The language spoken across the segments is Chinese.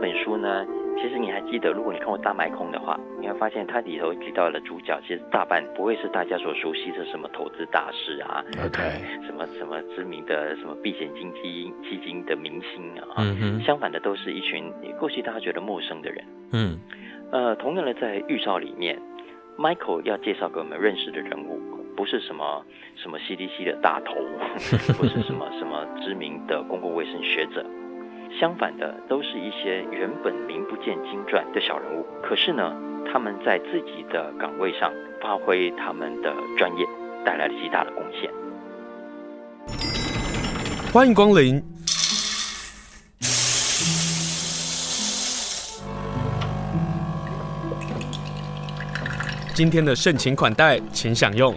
本书呢，其实你还记得，如果你看过《大卖空》的话，你会发现它里头提到的主角，其实大半不会是大家所熟悉的什么投资大师啊 OK 什么什么知名的什么避险基金基金的明星啊，嗯哼相反的都是一群过去大家觉得陌生的人。嗯呃，同样的，在预兆里面，Michael 要介绍给我们认识的人物，不是什么什么 CDC 的大头， 不是什么什么知名的公共卫生学者，相反的，都是一些原本名不见经传的小人物。可是呢，他们在自己的岗位上发挥他们的专业，带来了极大的贡献。欢迎光临。今天的盛情款待，请享用。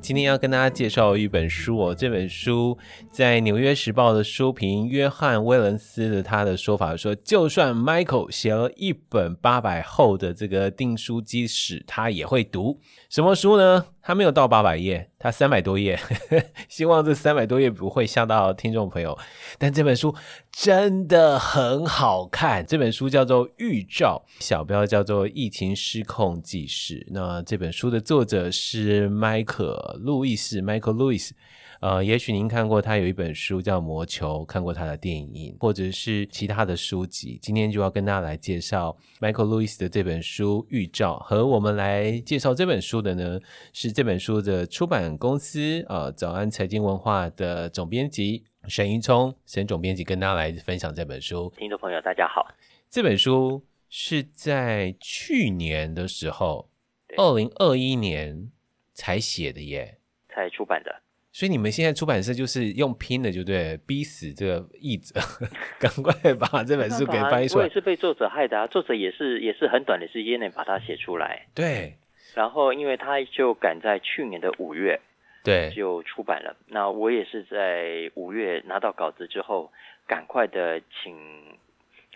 今天要跟大家介绍一本书哦，这本书在《纽约时报》的书评约翰·威伦斯的他的说法说，就算 Michael 写了一本八百厚的这个订书机史，他也会读。什么书呢？他没有到八百页，他三百多页。 希望这三百多页不会吓到听众朋友。但这本书真的很好看，这本书叫做《预兆》，小标叫做《疫情失控纪事》。那这本书的作者是迈克·路易斯 （Michael Lewis）。呃，也许您看过他有一本书叫《魔球》，看过他的电影，或者是其他的书籍。今天就要跟大家来介绍 Michael Lewis 的这本书《预兆》，和我们来介绍这本书的呢是这本书的出版公司呃早安财经文化的总编辑沈云聪，沈总编辑跟大家来分享这本书。听众朋友，大家好。这本书是在去年的时候，对二零二一年才写的耶。才出版的，所以你们现在出版社就是用拼的，就对了，逼死这个译者， 赶快把这本书给翻译出我也来。是被作者害的、啊，作者也是也是很短的时间内把它写出来。对然后，因为他就赶在去年的五月对，就出版了，那我也是在五月拿到稿子之后，赶快的请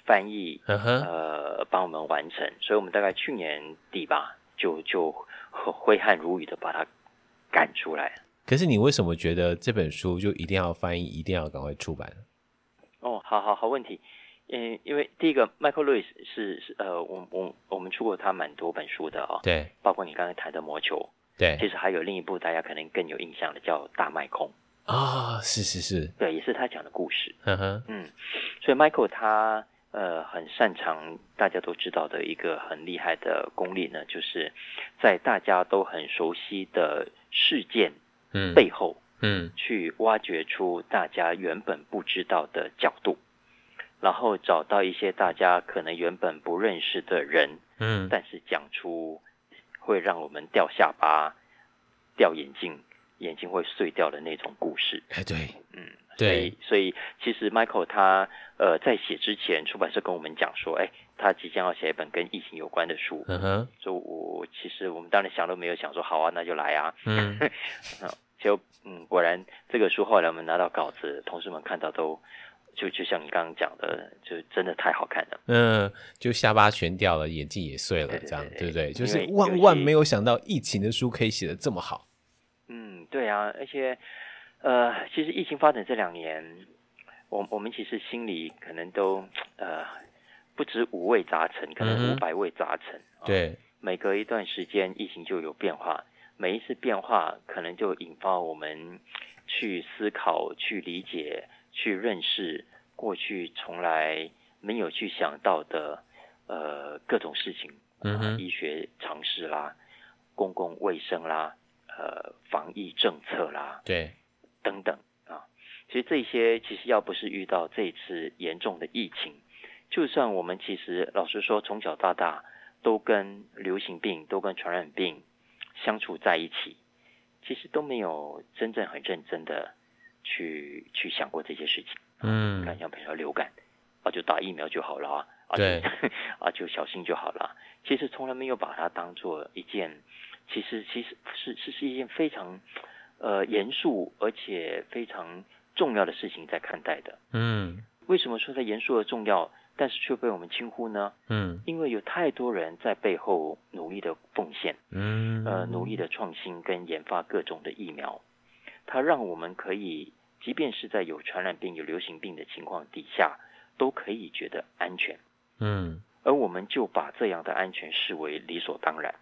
翻译嗯哼，呃帮我们完成，所以我们大概去年底吧，就就挥汗如雨的把它赶出来。可是你为什么觉得这本书就一定要翻译，一定要赶快出版？哦，好好好问题。嗯，因为第一个，Michael Lewis 是是呃，我我我们出过他蛮多本书的哦，对包括你刚才谈的《魔球》，其对实还有另一部大家可能更有印象的叫《大麦空》，啊、是是是，对，也是他讲的故事。嗯哼，嗯，所以 Michael 他呃很擅长大家都知道的一个很厉害的功力呢，就是在大家都很熟悉的事件嗯背后，嗯去挖掘出大家原本不知道的角度，然后找到一些大家可能原本不认识的人，嗯，但是讲出会让我们掉下巴、掉眼镜、眼睛会碎掉的那种故事。哎对，嗯，所对以所以其实 Michael 他呃在写之前，出版社跟我们讲说，哎，他即将要写一本跟疫情有关的书，嗯哼，所以我其实我们当然想都没有想说，好啊，那就来啊。嗯 结果嗯，果然这个书后来我们拿到稿子，同事们看到都就就像你刚刚讲的，就真的太好看了。嗯，就下巴全掉了，眼镜也碎了，对对这样对对不对？因就是为万尤万其没有想到疫情的书可以写的这么好。嗯，对啊，而且呃，其实疫情发展这两年，我我们其实心里可能都呃不止五味杂陈，可嗯能哼五百味杂陈。啊对，每隔一段时间疫情就有变化，每一次变化可能就引发我们去思考、去理解、去认识过去从来没有去想到的呃各种事情，嗯呃哼医学常识啦、公共卫生啦、呃防疫政策啦，对，等等啊。其实这些其实要不是遇到这一次严重的疫情，就算我们其实老实说，从小到大都跟流行病、都跟传染病相处在一起，其实都没有真正很认真的去去想过这些事情。嗯看像比如说流感啊，就打疫苗就好了啊，啊就对 啊就小心就好了。其实从来没有把它当做一件，其实其实是是是一件非常呃严肃而且非常重要的事情在看待的。嗯为什么说它严肃而重要，但是却被我们轻忽呢？嗯因为有太多人在背后努力的奉献，嗯，呃，努力的创新跟研发各种的疫苗，它让我们可以，即便是在有传染病、有流行病的情况底下，都可以觉得安全，嗯而我们就把这样的安全视为理所当然。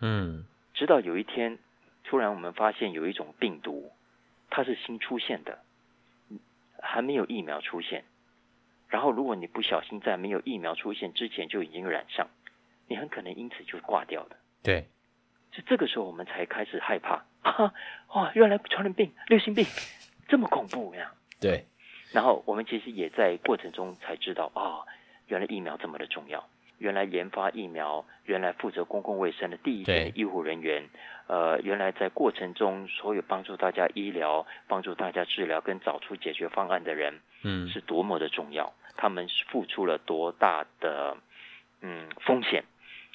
嗯直到有一天，突然我们发现有一种病毒，它是新出现的，还没有疫苗出现。然后，如果你不小心在没有疫苗出现之前就已经染上，你很可能因此就挂掉的。对，是这个时候我们才开始害怕，哈、啊，哇，原来传染病、流行病这么恐怖呀！对，然后我们其实也在过程中才知道啊、原来疫苗这么的重要，原来研发疫苗，原来负责公共卫生的第一线的对医护人员，呃，原来在过程中所有帮助大家医疗、帮助大家治疗跟找出解决方案的人嗯是多么的重要，他们是付出了多大的嗯风险，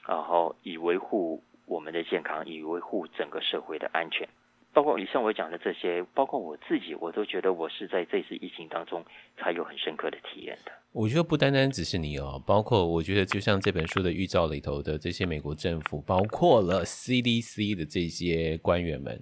然后以维护我们的健康，以维护整个社会的安全。包括以上我讲的这些，包括我自己，我都觉得我是在这次疫情当中才有很深刻的体验的。我觉得不单单只是你哦，包括我觉得就像这本书的预兆里头的这些美国政府，包括了 CDC 的这些官员们，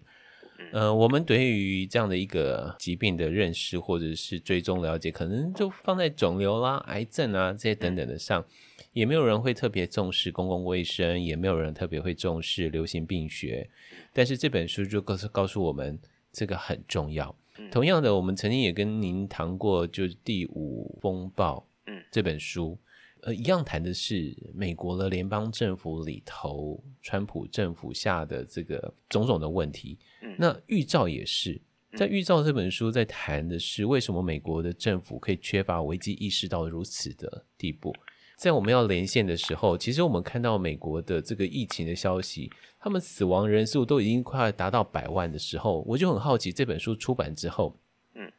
呃，我们对于这样的一个疾病的认识或者是追踪了解，可能就放在肿瘤啦、癌症啊这些等等的上，也没有人会特别重视公共卫生，也没有人特别会重视流行病学，但是这本书就告诉告诉我们这个很重要。嗯同样的，我们曾经也跟您谈过，就是《第五风暴》嗯这本书，呃，一样谈的是美国的联邦政府里头，川普政府下的这个种种的问题。嗯那预兆也是。在《预兆》这本书在谈的是为什么美国的政府可以缺乏危机意识到如此的地步。在我们要连线的时候，其实我们看到美国的这个疫情的消息，他们死亡人数都已经快达到百万的时候，我就很好奇这本书出版之后，嗯，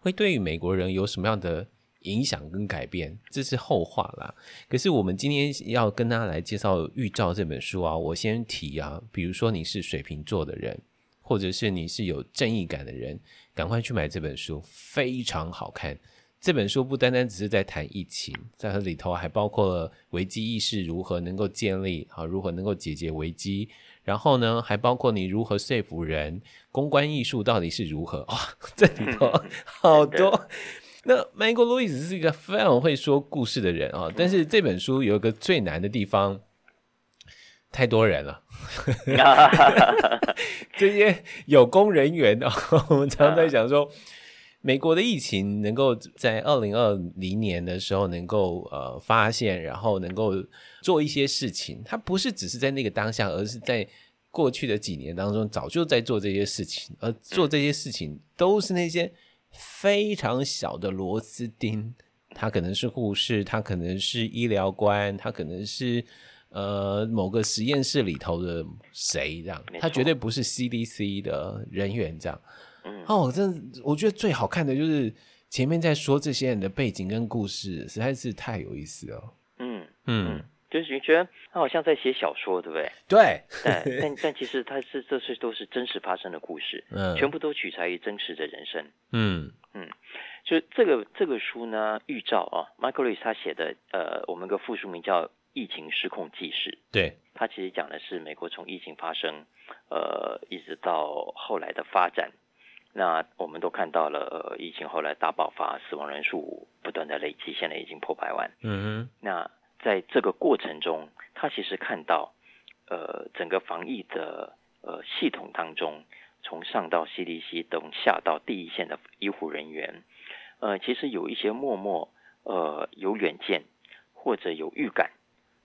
会对于美国人有什么样的影响跟改变？这是后话啦。可是我们今天要跟大家来介绍《预兆》这本书啊，我先提啊，比如说你是水瓶座的人，或者是你是有正义感的人，赶快去买这本书，非常好看。这本书不单单只是在谈疫情，在它里头还包括了危机意识如何能够建立，啊，如何能够解决危机，然后呢，还包括你如何说服人，公关艺术到底是如何哇、这里头好多。那 Michael Lewis 是一个非常会说故事的人啊、但是这本书有一个最难的地方，太多人了。 这些有功人员啊，我们常常在想说，美国的疫情能够在二零二零年的时候能够呃发现，然后能够做一些事情，它不是只是在那个当下，而是在过去的几年当中早就在做这些事情，而做这些事情都是那些非常小的螺丝钉。他可能是护士，他可能是医疗官，他可能是呃某个实验室里头的谁这样没，他错绝对不是 CDC 的人员这样。嗯哦，真的，我觉得最好看的就是前面在说这些人的背景跟故事，实在是太有意思了。嗯，嗯，就是觉得他好像在写小说，对不对？对，但但但其实他是这是都是真实发生的故事，嗯，全部都取材于真实的人生。嗯就这个这个书呢，《预兆》啊，Michael Lewis 他写的，呃，我们有个副书名叫《疫情失控纪事》。对，它其实讲的是美国从疫情发生，呃，一直到后来的发展。那我们都看到了，呃，疫情后来大爆发，死亡人数不断的累积，现在已经破百万。嗯那在这个过程中，他其实看到，呃，整个防疫的呃系统当中，从上到 CDC，从下到第一线的医护人员，呃，其实有一些默默呃有远见，或者有预感，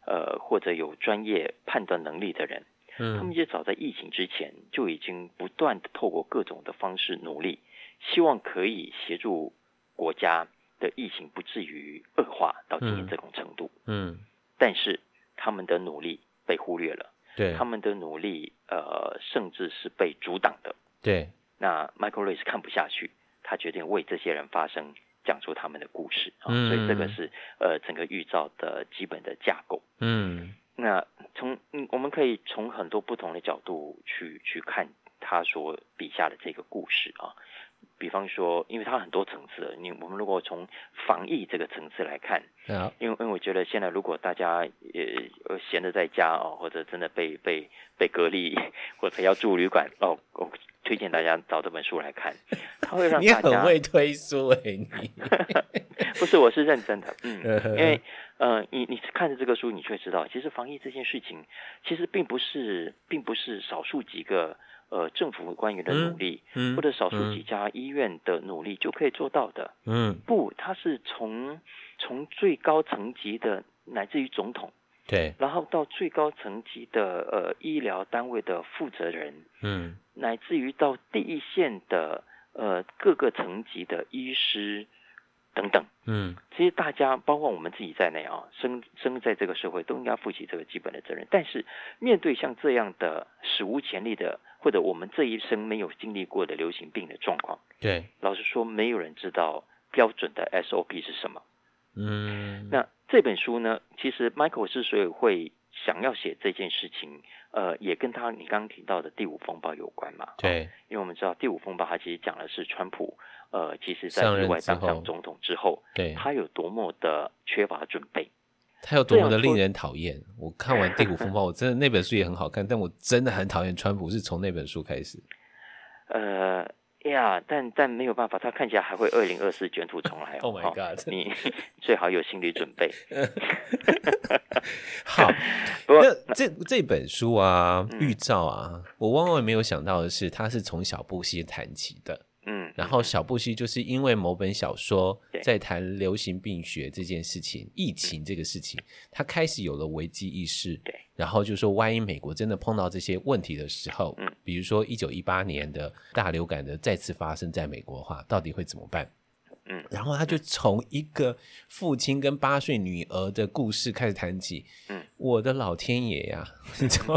呃，或者有专业判断能力的人，哼，他们嗯其实早在疫情之前就已经不断的透过各种的方式努力，希望可以协助国家的疫情不至于恶化到今天这种程度。嗯，但是他们的努力被忽略了，对他，们的努力呃甚至是被阻挡的。对，那 Michael Lewis 看不下去，他决定为这些人发声，讲出他们的故事啊。嗯所以这个是呃整个预兆的基本的架构。嗯那从嗯，我们可以从很多不同的角度去去看他所笔下的这个故事啊。比方说，因为它很多层次，你我们如果从防疫这个层次来看，好，因为因为我觉得现在如果大家呃呃闲着在家哦，或者真的被被被隔离，或者要住旅馆哦，我推荐大家找这本书来 看，它会让你大很家会推书哎、你不是我是认真的，嗯，呃 因为呃你你看着这个书，你却知道，其实防疫这件事情其实并不是并不是少数几个呃政府官员的努力，嗯或者少数几家医院的努力就可以做到的。嗯，不，它是从从最高层级的，乃至于总统，对，然后到最高层级的呃医疗单位的负责人，嗯乃至于到第一线的呃各个层级的医师等等。嗯其实大家，包括我们自己在内啊，生生在这个社会，都应该负起这个基本的责任。但是，面对像这样的史无前例的，或者我们这一生没有经历过的流行病的状况，对，老实说，没有人知道标准的 SOP 是什么。嗯那这本书呢，其实 Michael 之所以会想要写这件事情，呃，也跟他你刚刚提到的第五风暴有关嘛。对，因为我们知道第五风暴它其实讲的是川普，呃，其实在上任意外当之后上总统之后，对，他有多么的缺乏准备。他有多么这的样令说人讨厌。我看完《第五风暴》，我真的那本书也很好看，但我真的很讨厌川普，是从那本书开始。呃呀，但但没有办法，他看起来还会二零二四卷土重来哦。 Oh my 哦 God 你 最好有心理准 备。 好，不过那这这本书啊，嗯预兆啊，我万万没有想到的是，它是从小布希谈起的。嗯，然后小布希就是因为某本小说对在谈流行病学这件事情、疫情这个事情，他开始有了危机意识。对，然后就说，万一美国真的碰到这些问题的时候，嗯比如说一九一八年的大流感的再次发生在美国的话，到底会怎么办？嗯然后他就从一个父亲跟八岁女儿的故事开始谈起。嗯，我的老天爷呀、 你知道，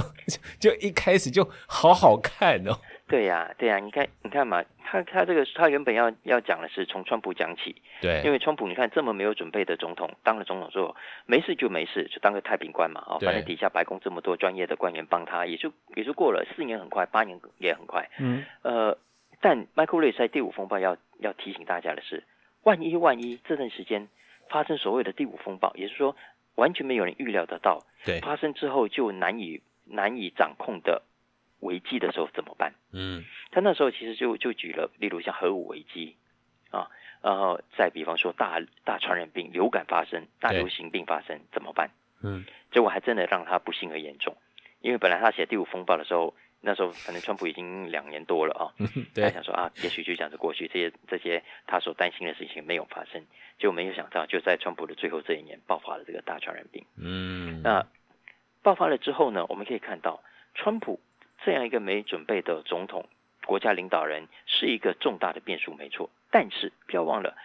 就就一开始就好好看哦。对呀、对呀、你看你看嘛，他他这个他原本要要讲的是从川普讲起，对，因为川普你看这么没有准备的总统，当了总统之后没事就没事，就当个太平官嘛，哦，对反正底下白宫这么多专业的官员帮他，也就也就过了四年很快，八年也很快。嗯，呃，但 Michael Ray 在第五风暴要要提醒大家的是，万一万一这段时间发生所谓的第五风暴，也就是说完全没有人预料得到对，发生之后就难以难以掌控的危机的时候怎么办？嗯，他那时候其实就就举了，例如像核武危机啊，然后再比方说大大传染病、流感发生、大对流行病发生怎么办？嗯，结果还真的让他不幸而严重，因为本来他写第五风暴的时候，那时候反正川普已经两年多了啊，他嗯对，想说啊，也许就这样子过去，这些这些他所担心的事情没有发生，就没有想到就在川普的最后这一年爆发了这个大传染病。嗯，那爆发了之后呢，我们可以看到，川普这样一个没准备的总统、国家领导人是一个重大的变数，没错。但是不要忘了，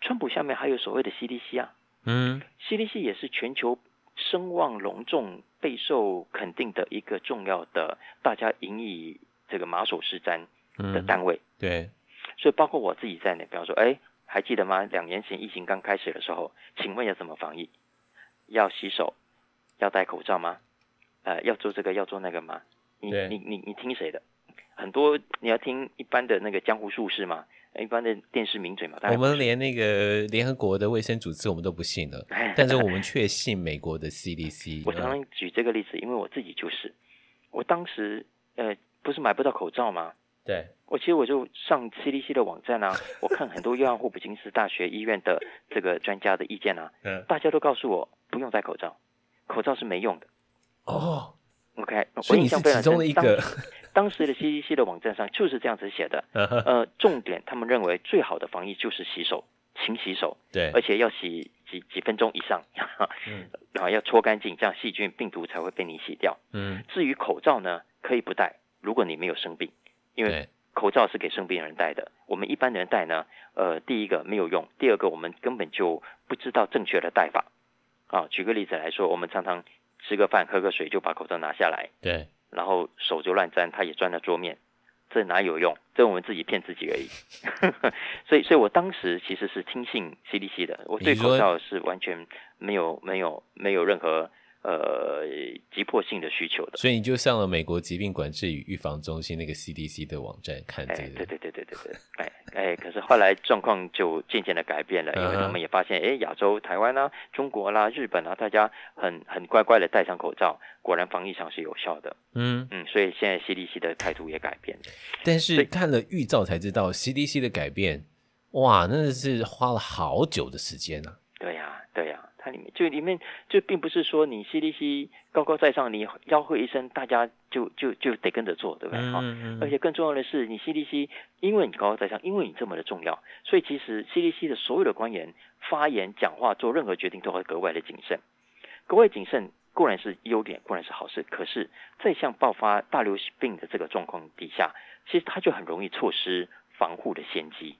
川普下面还有所谓的 CDC 啊嗯，CDC 也是全球声望隆重、备受肯定的一个重要的，大家引以这个马首是瞻的嗯，单位。对，所以包括我自己在内，比方说，哎，还记得吗？两年前疫情刚开始的时候，请问要怎么防疫？要洗手，要戴口罩吗？呃，要做这个，要做那个吗？你对你你你听谁的？很多你要听一般的那个江湖术士嘛，一般的电视名嘴嘛。当我然不们连那个联合国的卫生组织我们都不信了，但是我们却信美国的 CDC。哎我常常举这个例子，因为我自己就是，我当时呃不是买不到口罩吗？对，我其实我就上 CDC 的网站啊，我看很多约翰霍普金斯大学医院的这个专家的意见啊，嗯，大家都告诉我不用戴口罩，口罩是没用的。哦， OK，所我以印你是象非其常中的深。一当个， 当时的 CDC 的网站上就是这样子写的。嗯呃，重点他们认为最好的防疫就是洗手，勤洗手，对而，且要洗几几分钟以上， 嗯然后要搓干净，这样细菌病毒才会被你洗掉。嗯，至于口罩呢，可以不戴，如果你没有生病，因为对，口罩是给生病人戴的，我们一般人戴呢，呃，第一个没有用，第二个我们根本就不知道正确的戴法。啊，举个例子来说，我们常常吃个饭、喝个水就把口罩拿下来，对，然后手就乱沾，它也沾了桌面，这哪有用？这我们自己骗自己而已。 所以，所以我当时其实是听信 CDC 的，我对你说口罩是完全没有、没有、没有任何呃急迫性的需求的。所以你就上了美国疾病管制与预防中心那个 CDC 的网站看这哎，对个，对对对对 对，哎哎，可是后来状况就渐渐的改变了，因为嗯哼他们也发现，哎，亚洲、台湾啊、中国啦、日本啊，大家很很乖乖的戴上口罩，果然防疫上是有效的。嗯，嗯，所以现在 CDC 的态度也改变了。但是看了预兆才知道 CDC 的改变，哇，那是花了好久的时间啊。对呀、对呀、它里面就里面就并不是说你 CDC 高高在上，你吆喝一声，大家就就就得跟着做，对不对？哈、嗯，而且更重要的是，你 CDC 因为你高高在上，因为你这么的重要，所以其实 CDC 的所有的官员发言、讲话、做任何决定都会格外的谨慎。格外谨慎固然是优点，固然是好事，可是，在像爆发大流行病的这个状况底下，其实它就很容易错失防护的先机。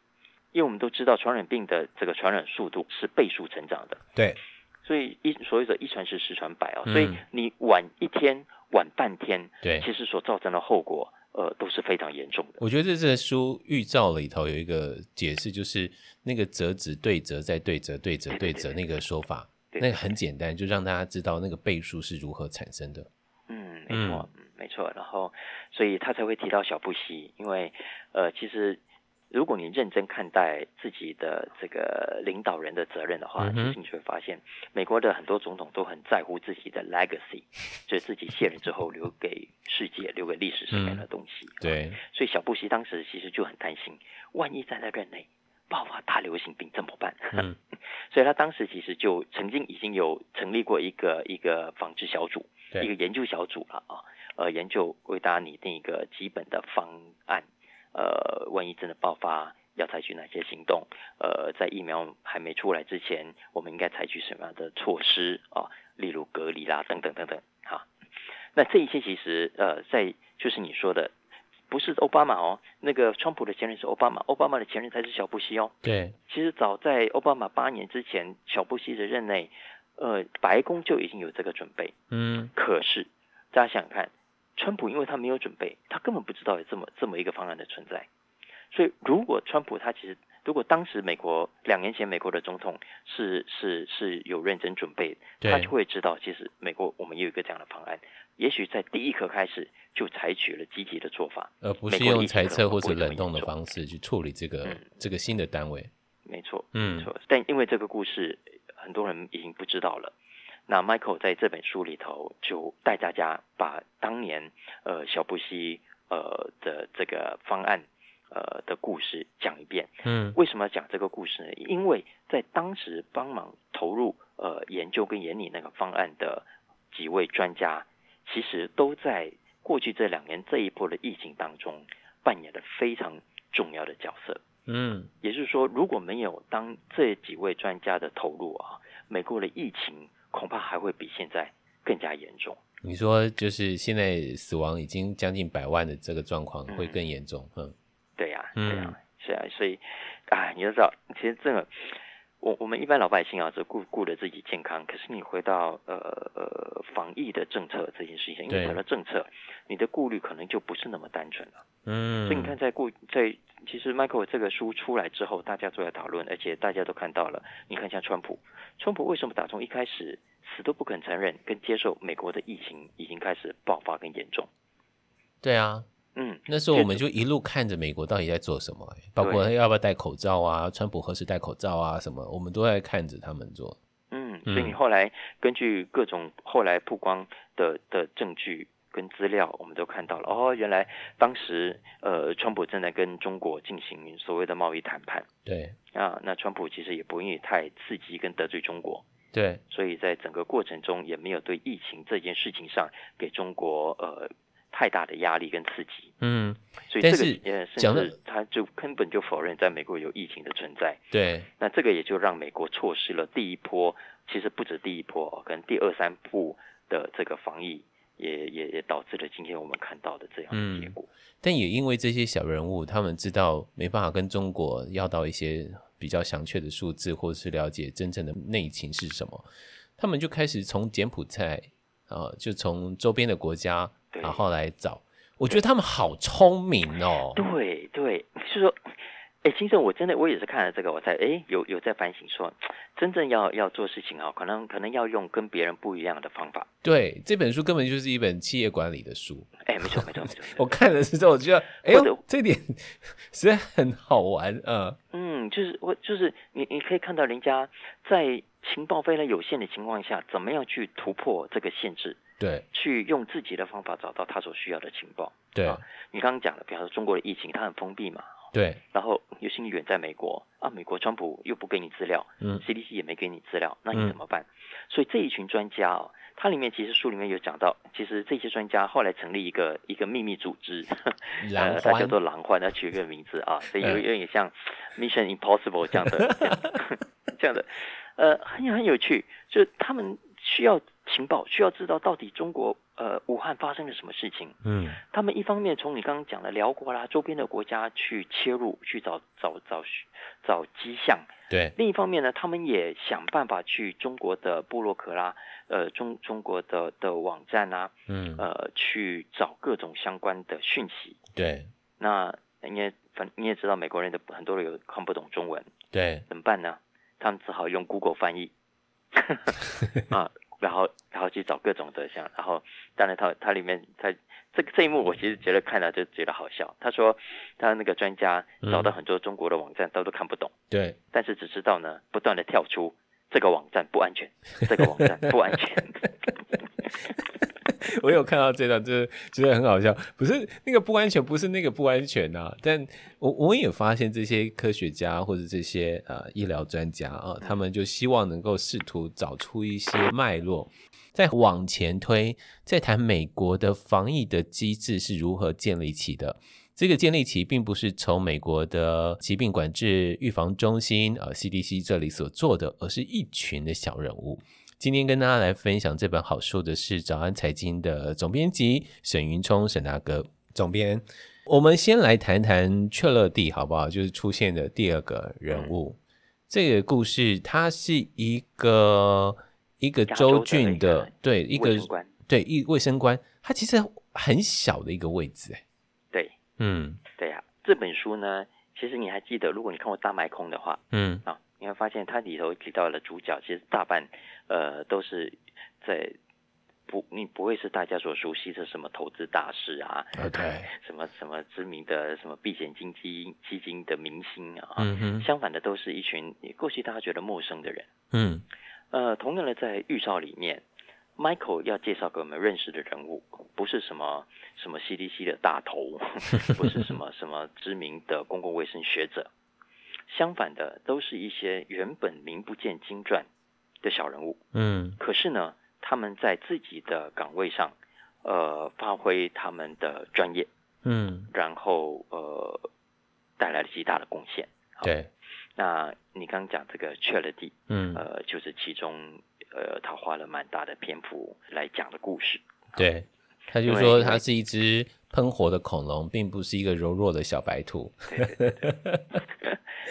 因为我们都知道传染病的这个传染速度是倍数成长的，对，所以一所谓的一传十十传百啊、嗯所以你晚一天晚半天，对其实所造成的后果，呃，都是非常严重的。我觉得这次的书预兆里头有一个解释，就是那个折纸对折再对折对折对折那个说法，对那个很简单，就让大家知道那个倍数是如何产生的。嗯，没错，嗯，没错。然后，所以他才会提到小布希，因为呃，其实如果你认真看待自己的这个领导人的责任的话，嗯其哼实你就会发现，美国的很多总统都很在乎自己的 legacy，就是自己卸任之后留给世界、留给历史上面的东西。。嗯 对，所以小布希当时其实就很担心，万一在他任内爆发大流行病怎么办？嗯所以他当时其实就曾经已经有成立过一个一个防治小组，对一个研究小组了啊，呃，研究为大家拟定一个基本的方案，呃，万一真的爆发。要采取哪些行动？呃，在疫苗还没出来之前，我们应该采取什么样的措施啊？例如隔离啦，等等等等。哈、那这一切其实呃，在就是你说的，不是奥巴马哦，那个川普的前任是奥巴马，奥巴马的前任才是小布希哦。对，其实早在奥巴马八年之前，小布希的任内，呃，白宫就已经有这个准备。嗯，可是大家想想看，川普因为他没有准备，他根本不知道有这么这么一个方案的存在。所以如果川普他其实如果当时美国两年前美国的总统是是是有认真准备，对他就会知道其实美国我们也有一个这样的方案，也许在第一刻开始就采取了积极的做法。而不是美国用疫情猜测可能或不会者这么冷冻的严重方式去处理这个嗯这个新的单位。没错，没嗯，错。但因为这个故事，很多人已经不知道了。那 Michael 在这本书里头就带大家把当年呃小布希呃的这个方案呃的故事讲一遍。嗯，为什么要讲这个故事呢？因为在当时帮忙投入呃研究跟研拟那个方案的几位专家，其实都在过去这两年这一波的疫情当中扮演了非常重要的角色。嗯，也就是说，如果没有当这几位专家的投入啊，美国的疫情恐怕还会比现在更加严重。你说就是现在死亡已经将近百万的这个状况会更严重。嗯，对呀、嗯对呀、是啊，所以，哎，你就知道，其实这个，我我们一般老百姓啊，只顾顾着自己健康，可是你回到呃呃防疫的政策这件事情上，因对为有了政策，你的顾虑可能就不是那么单纯了。嗯，所以你看，，在过在其实 Michael 这个书出来之后，大家都在讨论，而且大家都看到了。你看，像川普，川普为什么打从一开始死都不肯承认跟接受美国的疫情已经开始爆发跟严重？对啊，嗯，那时候我们就一路看着美国到底在做什么、欸包括对要不要戴口罩啊，川普何时戴口罩啊，什么，我们都在看着他们做。嗯，嗯所以你后来根据各种后来曝光的的证据跟资料，我们都看到了哦，原来当时呃，川普正在跟中国进行所谓的贸易谈判对啊，那川普其实也不愿意太刺激跟得罪中国，对，所以在整个过程中也没有对疫情这件事情上给中国呃太大的压力跟刺激，嗯，所以但这是个呃，讲甚到至他就根本就否认在美国有疫情的存在。对那这个也就让美国错失了第一波，其实不止第一波哦，可能第二三波的这个防疫，也也也导致了今天我们看到的这样的嗯结果。但也因为这些小人物，他们知道没办法跟中国要到一些比较详确的数字，或是了解真正的内情是什么，他们就开始从柬埔寨啊、就从周边的国家，对然后来找。我觉得他们好聪明哦，对对，就是说哎，金正，我真的我也是看了这个，我才哎有有在反省说，真正要要做事情哈，可能可能要用跟别人不一样的方法。对，这本书根本就是一本企业管理的书。哎，没错没错没错，没 错我看了之后，我觉得，哎或者呦，这点实在很好玩啊、嗯，就是我就是你你可以看到人家在情报非常有限的情况下，怎么样去突破这个限制，对去用自己的方法找到他所需要的情报。对你刚刚讲的，比方说中国的疫情，它很封闭嘛，对，然后尤其你远在美国啊，美国川普又不给你资料，嗯 CDC 也没给你资料，那你怎么办？所以这一群专家哦，它里面其实书里面有讲到，其实这些专家后来成立一个一个秘密组织，狼呃，它叫獾做狼獾，它取一个名字啊，所以有嗯有点像 Mission Impossible 这样的这样的 这样的，呃，很有很有趣，就他们需要情报，需要知道到底中国呃武汉发生了什么事情。嗯他们一方面从你刚刚讲的辽国啦周边的国家去切入，去找找找找迹象，对另一方面呢，他们也想办法去中国的部落格啦，呃，中中国的的网站啊，嗯呃，去找各种相关的讯息。对那你也反你也知道，美国人的很多人有看不懂中文，对怎么办呢？他们只好用 Google 翻译啊，然后然后去找各种的像，然后当然他他里面他这个这一幕我其实觉得看了就觉得好笑。他说他那个专家找到很多中国的网站，他都看不懂。对，但是只知道呢，不断的跳出这个网站不安全，这个网站不安全。 我有看到这段，就是觉得很好笑。不是那个不安全，不是那个不安全啊。但我我也发现这些科学家或者这些呃医疗专家啊、他们就希望能够试图找出一些脉络，再往前推，再谈美国的防疫的机制是如何建立起的。这个建立起并不是从美国的疾病管制预防中心呃 CDC 这里所做的，而是一群的小人物。今天跟大家来分享这本好书的是早安财经的总编辑沈云冲沈大哥总编。我们先来谈谈雀乐蒂好不好？就是出现的第二个人嗯物，这个故事它是一个一个加州的州郡的那个对一个卫生官对一卫生官，他其实很小的一个位置哎，对嗯对呀、这本书呢，其实你还记得，如果你看过《大麦空》的话嗯啊，你会发现它里头提到的主角，其实大半呃都是在不，你不会是大家所熟悉的什么投资大师啊， ，OK，什么什么知名的什么避险基金基金的明星啊，嗯哼相反的都是一群过去大家觉得陌生的人。嗯呃，同样的，在预兆里面，Michael 要介绍给我们认识的人物，不是什么什么 CDC 的大头， 不是什么什么知名的公共卫生学者，相反的，都是一些原本名不见经传的小人物。嗯可是呢，他们在自己的岗位上，呃，发挥他们的专业，嗯，然后呃，带来了极大的贡献。对，那你刚讲这个 Charity，嗯呃，就是其中呃，他花了蛮大的篇幅来讲的故事。对，他就因为说因它为是一只喷火的恐龙，并不是一个柔弱的小白兔。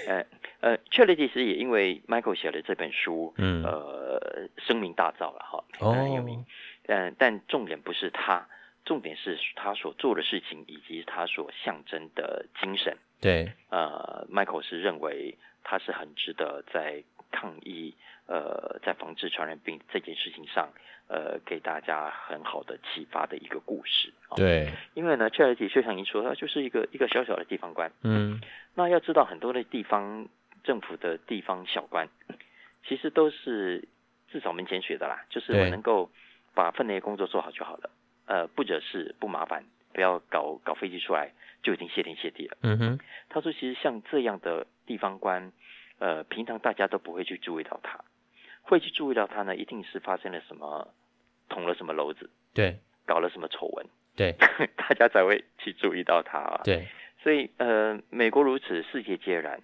呃呃，Charity 其实也因为 Michael 写了这本书，嗯呃，声名大噪了哈，哦很有名。但但重点不是他，重点是他所做的事情以及他所象征的精神。对，呃，Michael 是认为他是很值得在抗疫、呃，在防治传染病这件事情上，呃，给大家很好的启发的一个故事。哦、，对，因为呢 c h a r i t 就像您说，它就是一个一个小小的地方官。嗯，那要知道，很多的地方政府的地方小官，其实都是至少门前学的啦，就是我对能够把分内的工作做好就好了，呃，不惹事，不麻烦，不要搞搞飞机出来，就已经谢天谢地了。嗯哼，他说，其实像这样的地方官，呃，平常大家都不会去注意到他，会去注意到他呢，一定是发生了什么，捅了什么篓子，对，搞了什么丑闻， 对，啊大家才会去注意到他啊。对，所以，呃，美国如此，世界皆然。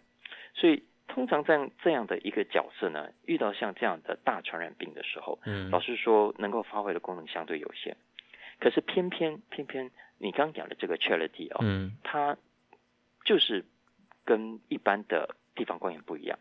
所以，通常这样这样的一个角色呢，遇到像这样的大传染病的时候，嗯老，实说，能够发挥的功能相对有限。可是偏偏偏偏，你刚讲的这个 charity 哦，嗯，他就是跟一般的地方官员不一样，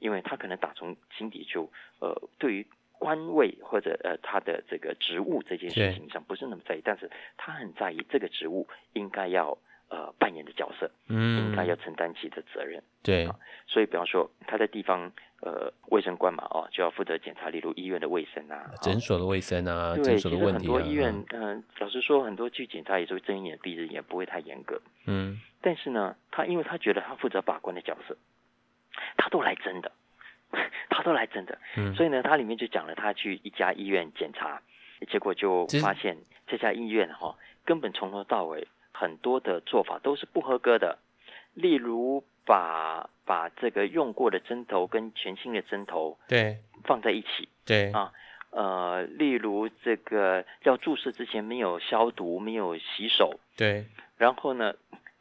因为他可能打从心底就呃，对于官位或者呃他的这个职务这件事情上不是那么在意，但是他很在意这个职务应该要呃扮演的角色，应该嗯，要承担起的责任。对，所以，比方说他在地方呃卫生官嘛，哦，就要负责检查，例如医院的卫生啊，哦诊所的卫生啊，对，诊其所实的问很题多啊，医院，嗯、老实说，很多去检查也是会睁一眼闭一只眼，不会太严格。嗯，但是呢，他因为他觉得他负责把关的角色，他都来真的， 他都来真的，嗯所以呢，他里面就讲了他去一家医院检查，结果就其实发现这家医院哈、根本从头到尾很多的做法都是不合格的，例如把把这个用过的针头跟全新的针头对放在一起，对啊呃，例如这个要注射之前没有消毒，没有洗手，对然后呢，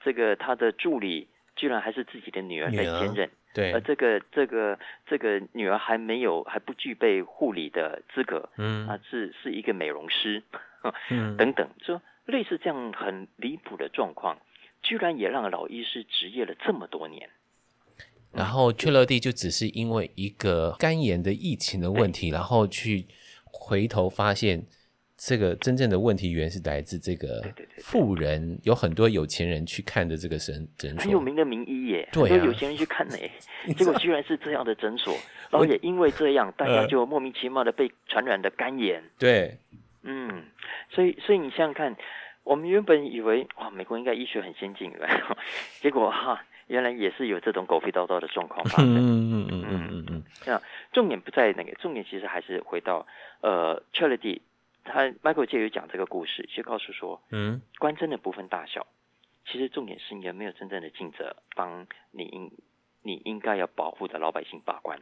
这个他的助理居然还是自己的女儿在女儿兼任，对呃而，这个这个这个女儿还没有还不具备护理的资格，啊嗯，是是一个美容师嗯等等，就类似这样很离谱的状况，居然也让老医师执业了这么多年。然后去乐地就只是因为一个肝炎的疫情的问题，然后去回头发现这个真正的问题源是来自这个对对富人，有很多有钱人去看的这个诊诊很有所。名的名医耶，对啊很多有钱人去 看呢，哎结果居然是这样的诊所，然后也因为这样，大呃家就莫名其妙的被传染的肝炎，对，嗯，所以所以你想想看，我们原本以为哇，美国应该医学很先进了， 结果哈、原来也是有这种狗屁叨叨的状况发生。嗯嗯嗯嗯嗯嗯，重点不在那个，重点其实还是回到呃 Charity，他 Michael 介有讲这个故事，就告诉说，嗯，关针的部分大小，其实重点是你有没有真正的尽责帮你应你应该要保护的老百姓把关，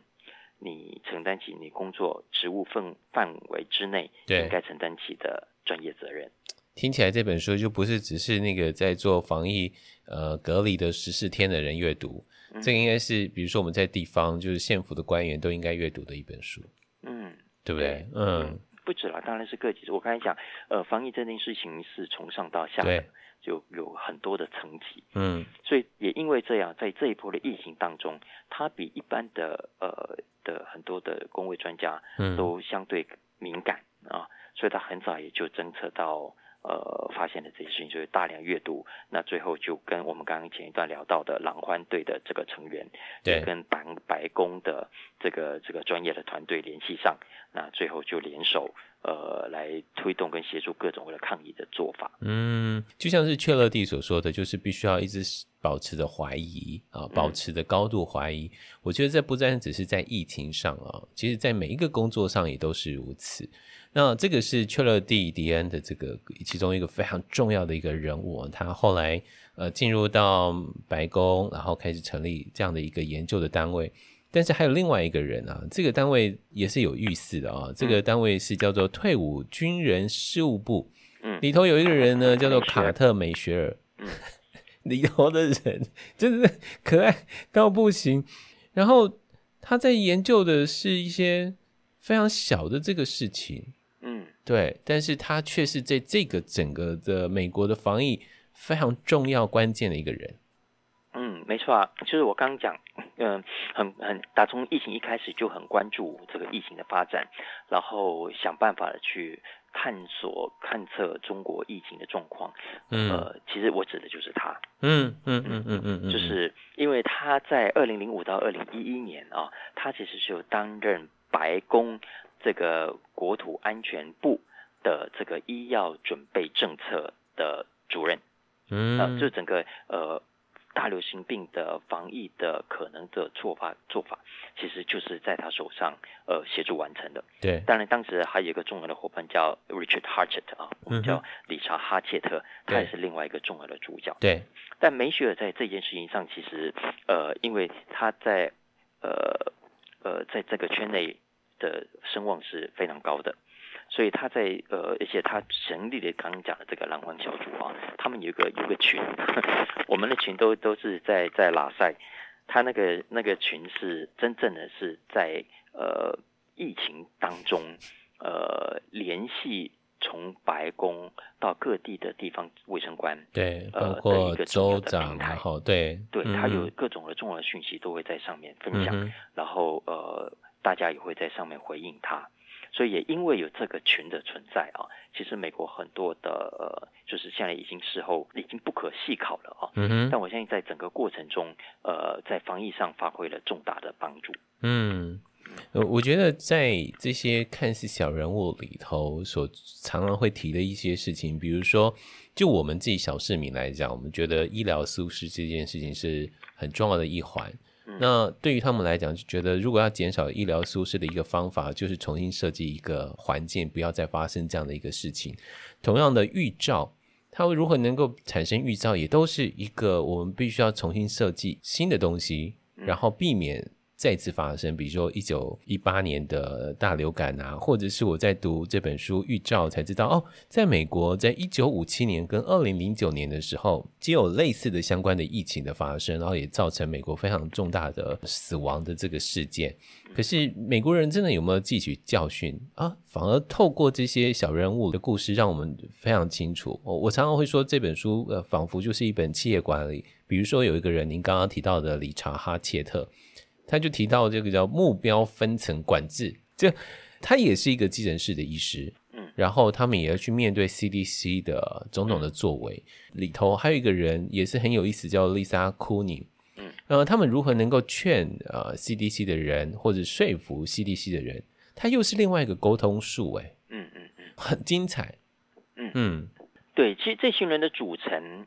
你承担起你工作职务范范围之内对应该承担起的专业责任。听起来这本书就不是只是那个在做防疫呃隔离的十四天的人阅读，嗯这个应该是比如说我们在地方就是县府的官员都应该阅读的一本书，嗯对不对？嗯，，不止了，当然是各级。我刚才讲，呃，防疫这件事情是从上到下的对，就有很多的层级。嗯所以也因为这样，在这一波的疫情当中，它比一般的呃的很多的工位专家嗯，都相对敏感啊，所以他很早也就侦测到呃发现了这些事情，就是大量阅读，那最后就跟我们刚刚前一段聊到的狼獾队的这个成员，对就跟白白宫的这个这个专业的团队联系上，那最后就联手呃来推动跟协助各种为了抗疫的做法。嗯，就像是雀乐蒂所说的，就是必须要一直是保持着怀疑啊，保持着高度怀疑。我觉得这不单只是在疫情上啊，其实在每一个工作上也都是如此。那这个是雀乐蒂迪恩的这个其中一个非常重要的一个人物啊，他后来呃进入到白宫，然后开始成立这样的一个研究的单位。但是还有另外一个人啊，这个单位也是有预示的啊，这个单位是叫做退伍军人事务部。里头有一个人呢，叫做卡特梅雪尔，嗯 里头的人真的是可爱到不行。然后他在研究的是一些非常小的这个事情，嗯对，但是他却是在这个整个的美国的防疫非常重要关键的一个人。嗯，没错啊，就是我刚刚讲，嗯、很很打从疫情一开始就很关注这个疫情的发展，然后想办法地去探索探测中国疫情的状况。嗯呃，其实我指的就是他，嗯嗯嗯嗯嗯嗯，就是因为他在二零零五到二零一一年啊，他其实是有担任白宫这个国土安全部的这个医药准备政策的主任。呃，嗯就整个呃大流行病的防疫的可能的做法做法，其实就是在他手上呃协助完成的。对当然，当时还有一个重要的伙伴叫 Richard Hatchett 啊，我嗯哼们叫理查哈切特，他对也是另外一个重要的主角。对但梅雪尔在这件事情上，其实呃，因为他在呃呃在这个圈内的声望是非常高的，所以他在呃，而且他成立了刚刚讲的这个蓝环小组啊，他们有一个有一个群， 我们的群都都是在在拉塞，他那个那个群是真正的是在呃疫情当中呃联系。从白宫到各地的地方卫生官，对，呃包的括一个重州要的长，平台然后对对，嗯它有嗯各种的重要的讯息都会在上面分嗯享，哼然后呃，大家也会在上面回应它。所以也因为有这个群的存在啊，其实美国很多的呃，就是现在已经事后已经不可细考了啊。嗯哼，但我相信在整个过程中，呃，在防疫上发挥了重大的帮助。嗯。呃，我觉得在这些看似小人物里头，所常常会提的一些事情，比如说，就我们自己小市民来讲，我们觉得医疗舒适这件事情是很重要的一环。那对于他们来讲，就觉得如果要减少医疗舒适的一个方法，就是重新设计一个环境，不要再发生这样的一个事情。同样的预兆，它如何能够产生预兆，也都是一个我们必须要重新设计新的东西，然后避免再次发生。比如说一九一八年的大流感啊，或者是我在读这本书《预兆》才知道哦，在美国，在一九五七年跟二零零九年的时候，就有类似的相关的疫情的发生，然后也造成美国非常重大的死亡的这个事件。可是美国人真的有没有汲取教训啊？反而透过这些小人物的故事，让我们非常清楚。我我常常会说这本书，呃，仿佛就是一本企业管理。比如说有一个人，您刚刚提到的理查哈切特，他就提到这个叫目标分层管制，这他也是一个急诊室的医师。然后他们也要去面对 CDC 的呃种种的作为，里头还有一个人也是很有意思，叫 Lisa Cooney，呃，他们如何能够劝呃 CDC 的人，或者说服 CDC 的人，他又是另外一个沟通术，哎， 嗯嗯嗯，很精彩。嗯嗯对，其实这群人的组成。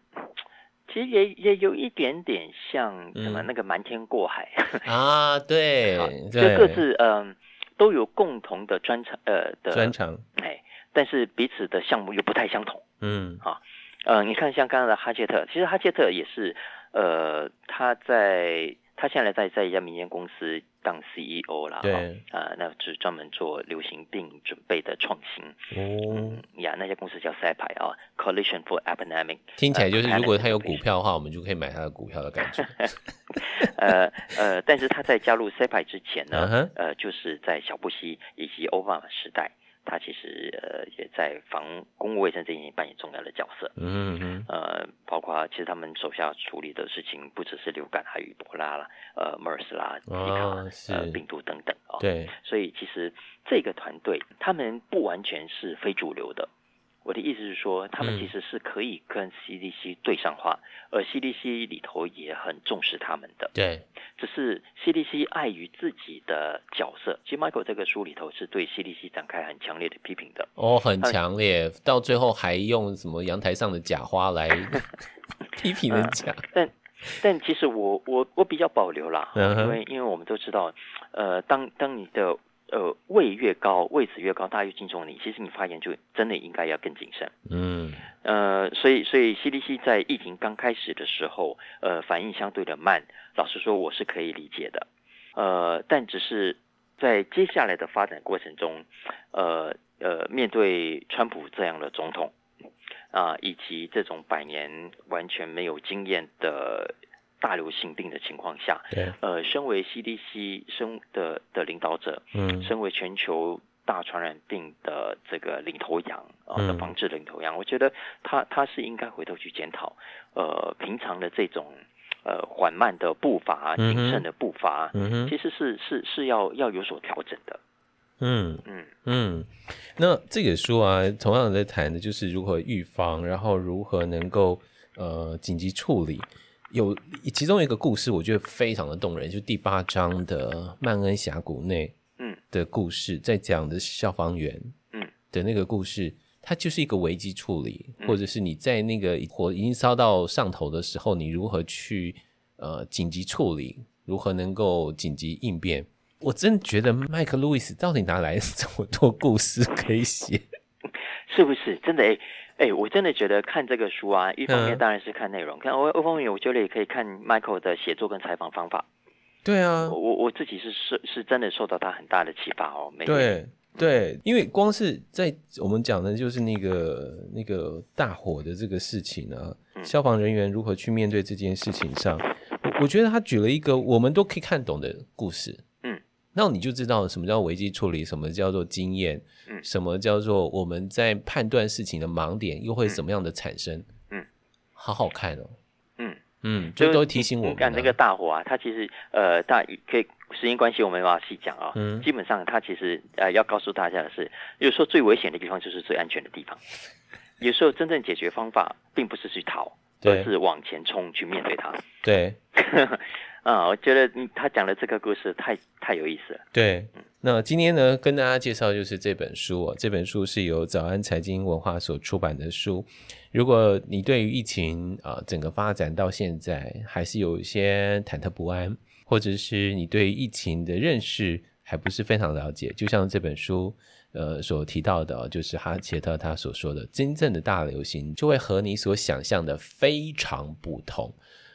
其实也也有一点点像什么、嗯那个瞒天过海，啊，对就对，各自嗯、都有共同的专长呃的专长，哎，但是彼此的项目又不太相同。嗯呃，你看像刚刚的哈切特，其实哈切特也是，呃，他在他现在在在一家民间公司当 CEO 啦，对啊、那就是专门做流行病准备的创新，嗯哦，呀，那家公司叫 CEPI 啊，Coalition for Epidemic， 听起来就是呃如果他有股，票的话，我们就可以买他的股票的 感觉。呃呃，但是他在加入 CEPI 之前呢嗯哼呃，就是在小布希以及奥巴马时代，他其实呃也在防公共卫生这一年扮演重要的角色。嗯哼，呃，包括其实他们手下处理的事情不只是流感，还有伊波拉啦、呃 MERS 啦、吉啊卡、呃是病毒等等啊、哦。，对，所以其实这个团队他们不完全是非主流的。我的意思是说，他们嗯其实是可以跟 CDC 对上话，而 CDC 里头也很重视他们的。对，只是 CDC 碍于自己的角色，其实 Michael 这个书里头是对 CDC 展开很强烈的批评的。哦，很强烈，到最后还用什么阳台上的假花来 批评人家。但但其实我我我比较保留啦，嗯哼因为因为我们都知道，呃，当当你的呃位越高，位置越高，大家越敬重你，其实你发言就真的应该要更谨慎。嗯呃，所以所以 CDC 在疫情刚开始的时候，呃，反应相对的慢，老实说我是可以理解的，呃，但只是在接下来的发展过程中，呃呃，面对川普这样的总统啊、以及这种百年完全没有经验的大流行病的情况下，对，呃，身为 CDC 身的的领导者，嗯身为全球大传染病的这个领头羊啊、嗯的防治领头羊，我觉得他他是应该回头去检讨，呃，平常的这种呃缓慢的步伐、啊嗯哼谨慎的步伐，啊嗯哼。其实是是是要要有所调整的。嗯嗯嗯，那这本书啊，同样在谈的就是如何预防，然后如何能够呃紧急处理。有其中一个故事，我觉得非常的动人，就是第八章的曼恩峡谷内嗯的故事，在讲的是消防员嗯的那个故事，它就是一个危机处理，或者是你在那个火已经烧到上头的时候，你如何去呃紧急处理，如何能够紧急应变。我真觉得麦克路易斯到底哪来 这么多故事可以写？是不是真的？哎、哎、我真的觉得看这个书啊，一方面嗯当然是看内容，看我二方面我觉得也可以看 Michael 的写作跟采访方法。对啊我，我我自己是是是真的受到他很大的启发哦。每天对对，因为光是在我们讲的就是那个那个大火的这个事情啊，嗯消防人员如何去面对这件事情上，我我觉得他举了一个我们都可以看懂的故事，嗯，那你就知道什么叫危机处理，什么叫做经验，嗯什么叫做我们在判断事情的盲点又会怎么样的产生，嗯嗯，好好看哦，嗯，嗯，就这是都你提醒我你们看了那个大火啊，它其实呃，大可以时间关系，我没办法细讲啊。嗯基本上它其实呃要告诉大家的是，有时候最危险的地方就是最安全的地方。有时候真正解决方法并不是去逃，而对是往前冲去面对它。对啊、我觉得嗯他讲的这个故事太太有意思了。对。那今天呢，跟大家介绍就是这本书哦，这本书是由早安财经文化所出版的书。如果你对于疫情啊、呃整个发展到现在还是有一些忐忑不安，或者是你对疫情的认识还不是非常了解，就像这本书呃所提到的哦、就是哈切特他所说的，真正的大流行就会和你所想象的非常不同。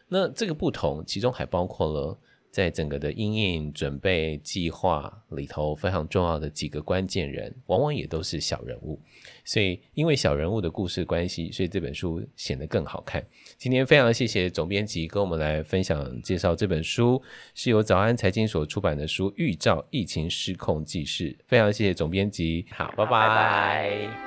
那这个不同，其中还包括了在整个的因应准备计划里头非常重要的几个关键人，往往也都是小人物。所以，因为小人物的故事关系，所以这本书显得更好看。今天非常谢谢总编辑跟我们来分享介绍这本书，是由早安财经所出版的书《预兆疫情失控记事》。非常谢谢总编辑，好，拜拜拜